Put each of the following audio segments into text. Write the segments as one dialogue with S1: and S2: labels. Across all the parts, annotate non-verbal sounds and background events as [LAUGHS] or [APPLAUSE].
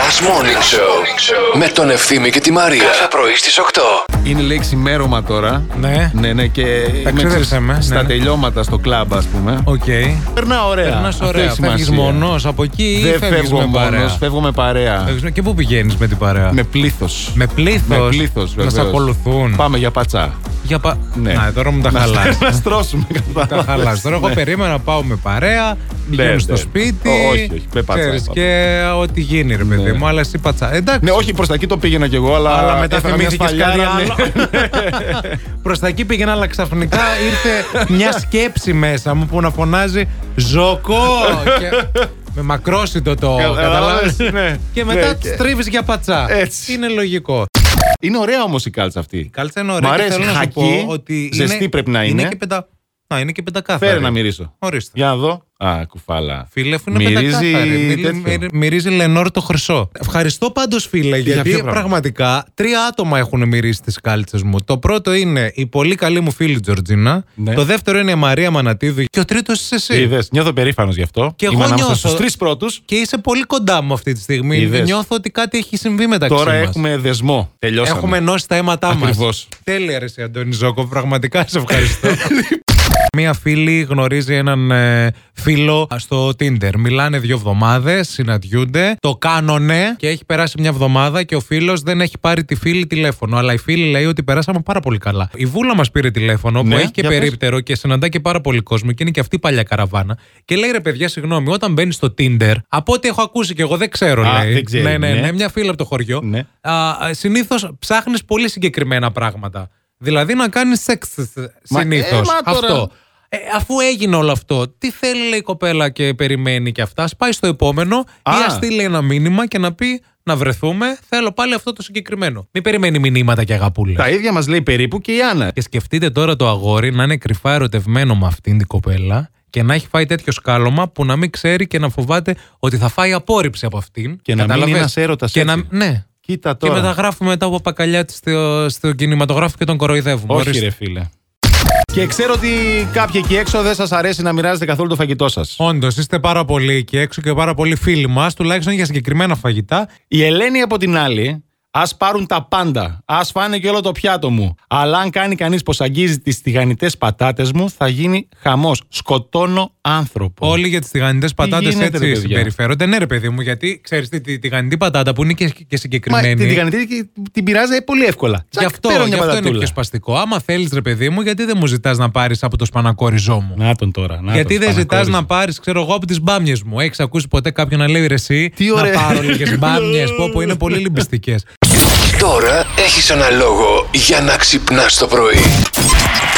S1: Last Morning Show με τον Ευθύμη και τη Μαρία. Κάθε πρωί στις 8.
S2: Είναι λέξη ημέρωμα τώρα.
S3: Ναι.
S2: Ναι, ναι, και. είμαι,
S3: ξέδεψε
S2: ξέρεις,
S3: με,
S2: Στα
S3: ναι, ναι.
S2: τελειώματα στο κλαμπ, ας πούμε.
S3: Οκ.
S2: Περνά ωραία.
S3: Περνάς
S2: Αυτό
S3: ωραία.
S2: έχει
S3: Φεύγει
S2: σημασία.
S3: μόνο από εκεί ή
S2: Δεν
S3: φεύγεις
S2: φεύγω
S3: με
S2: μόνο,
S3: παρέα.
S2: φεύγω με παρέα.
S3: Φεύγεις με- Και πού πηγαίνεις με την παρέα.
S2: Με πλήθος.
S3: Με πλήθος.
S2: Με πλήθος,
S3: Να σε
S2: βεβαίως.
S3: ακολουθούν.
S2: Πάμε για πατσά.
S3: Για πα...
S2: Ναι.
S3: Να, τώρα μου τα χαλά.
S2: Να στρώσουμε
S3: τα χαλάς. Τώρα εγώ περίμενα να πάω με παρέα, πηγαίνω
S2: ναι,
S3: στο
S2: ναι.
S3: σπίτι.
S2: Ω, όχι, όχι, με πατσά
S3: ξέρεις,
S2: πάμε.
S3: Και ό,τι γίνει, ρε παιδί
S2: Ναι.
S3: μου. Αλλά εσύ πατσά. Εντάξει.
S2: Ναι, όχι προς τα εκεί το πήγαινα κι εγώ, αλλά.
S3: Αλλά μετά
S2: έφαγα μια
S3: θυμήθηκες
S2: σφαλιάρα,
S3: κάτι
S2: ναι.
S3: άλλο. [LAUGHS] Προς τα εκεί πήγαινα, αλλά ξαφνικά ήρθε μια σκέψη μέσα μου που να φωνάζει Ζωκό! και με μακρόσιτο το καταλάβεις.
S2: ναι.
S3: Και
S2: Ναι,
S3: μετά
S2: και-
S3: τη τρίβεις για πατσά.
S2: Έτσι.
S3: Είναι λογικό.
S2: Είναι ωραία όμως η κάλτσα αυτή.
S3: Κάλτσα είναι ωραία.
S2: Μ'
S3: και
S2: αρέσει,
S3: θέλω να σου
S2: χακί,
S3: πω ότι.
S2: ζεστή
S3: είναι,
S2: πρέπει να είναι.
S3: και πεντα... να, είναι και πεντακάθαρη.
S2: Φέρε να μυρίσω.
S3: Ορίστε.
S2: Για να δω. Α, κουφάλα.
S3: Φίλε, αφού είναι
S2: Μυρίζει
S3: πεντακάθαρη. Μυρι-
S2: τέτοιο.
S3: μυρι- Μυρίζει Λενόρ το χρυσό. Ευχαριστώ πάντως, φίλε, γιατί
S2: ποιο πράγμα?
S3: πραγματικά τρία άτομα έχουν μυρίσει τις κάλτσες μου. Το πρώτο είναι η πολύ καλή μου φίλη Τζορτζίνα.
S2: Ναι.
S3: Το δεύτερο είναι η Μαρία Μανατίδου. Και ο τρίτος είσαι εσύ.
S2: Είδες. Νιώθω περήφανος γι' αυτό.
S3: Και εγώ
S2: Είμαι ανάμεσα
S3: νιώθω.
S2: στους τρεις πρώτους.
S3: Και είσαι πολύ κοντά μου αυτή τη στιγμή.
S2: Είδες.
S3: Νιώθω ότι κάτι έχει συμβεί μεταξύ
S2: Τώρα
S3: μας.
S2: έχουμε δεσμό. Τελειώσαμε.
S3: Έχουμε ενώσει τα αίματά μας.
S2: Ακριβώς.
S3: Τέλεια, ρε, εσύ, Αντώνη Ζόκο. Πραγματικά
S2: [LAUGHS]
S3: σε ευχαριστώ. Μία φίλη γνωρίζει έναν ε, φίλο στο Tinder. Μιλάνε δύο εβδομάδες, συναντιούνται, το κάνωνε και έχει περάσει μια εβδομάδα και ο φίλος δεν έχει πάρει τη φίλη τηλέφωνο. Αλλά η φίλη λέει ότι περάσαμε πάρα πολύ καλά. Η Βούλα μας πήρε τηλέφωνο
S2: Ναι,
S3: που έχει και
S2: για πες.
S3: περίπτερο και συναντά και πάρα πολύ κόσμο και είναι και αυτή η παλιά καραβάνα. Και λέει ρε παιδιά, συγγνώμη, όταν μπαίνεις στο Tinder, από ό,τι έχω ακούσει και εγώ δεν ξέρω,
S2: Α,
S3: λέει.
S2: δεν ξέρεις,
S3: ναι, ναι,
S2: ναι.
S3: ναι, μια φίλη από το χωριό.
S2: Ναι.
S3: Συνήθως ψάχνεις πολύ συγκεκριμένα πράγματα. Δηλαδή να κάνεις σεξ
S2: Μα,
S3: συνήθως.
S2: ε, μα τώρα-
S3: αυτό. Ε, αφού έγινε όλο αυτό, τι θέλει λέει, η κοπέλα και περιμένει και αυτά, ας πάει στο επόμενο
S2: Α.
S3: ή α στείλει ένα μήνυμα και να πει να βρεθούμε. Θέλω πάλι αυτό το συγκεκριμένο. Μην περιμένει μηνύματα και αγαπούλες.
S2: Τα ίδια μας λέει περίπου και η Άννα.
S3: Και σκεφτείτε τώρα το αγόρι να είναι κρυφά ερωτευμένο με αυτήν την κοπέλα και να έχει φάει τέτοιο σκάλωμα που να μην ξέρει και να φοβάται ότι θα φάει απόρριψη από αυτήν.
S2: Και να μην
S3: Καταλαβες.
S2: είναι ένας έρωτας
S3: Και να...
S2: έτσι.
S3: Ναι.
S2: Κοίτα
S3: Και
S2: τώρα.
S3: μετά γράφουμε μετά από παπακαλιά της στο, στο κινηματογράφο και τον κοροϊδεύουμε.
S2: Όχι,
S3: Ορίστε.
S2: ρε φίλε. Και ξέρω ότι κάποιοι εκεί έξω δεν σας αρέσει να μοιράζετε καθόλου το φαγητό σας.
S3: Όντως, είστε πάρα πολύ εκεί έξω και πάρα πολλοί φίλοι μας, τουλάχιστον για συγκεκριμένα φαγητά.
S2: Η Ελένη από την άλλη, ας πάρουν τα πάντα. Ας φάνε και όλο το πιάτο μου. Αλλά αν κάνει κανείς πως αγγίζει τις τηγανιτές πατάτες μου, θα γίνει χαμός. Σκοτώνω άνθρωπο.
S3: Όλοι για τις τηγανιτές πατάτες
S2: γίνεται, ρε,
S3: έτσι
S2: παιδιά?
S3: συμπεριφέρονται. Ναι, ρε παιδί μου, γιατί ξέρεις τη, τη τηγανιτή πατάτα που είναι και, και
S2: Μα
S3: συγκεκριμένη.
S2: την τηγανιτή και- την πειράζει πολύ εύκολα.
S3: Γι' αυτό,
S2: παίρνω
S3: γι
S2: μια
S3: αυτό είναι
S2: πατατούλα.
S3: πιο σπαστικό. Άμα θέλεις, ρε παιδί μου, γιατί δεν μου ζητάς να πάρεις από το σπανακόριζό μου.
S2: Να τον τώρα. Να
S3: γιατί
S2: τον,
S3: δεν ζητάς
S2: σπανακόριζε.
S3: να πάρεις, ξέρω εγώ, από τις μπάμιες μου. Έχεις ακούσει ποτέ κάποιον να λέει ρε, εσύ
S2: Τι
S3: να
S2: ωραία.
S3: πάρω
S2: [LAUGHS]
S3: λίγες μπάμιες. πω, πω, είναι πολύ λυμπιστικέ.
S1: Τώρα έχεις ένα λόγο για να ξυπνάς το πρωί.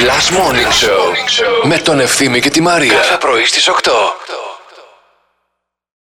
S1: Last Morning Show με τον Ευθύμη και τη Μαρία. Κάθε πρωί στις 8.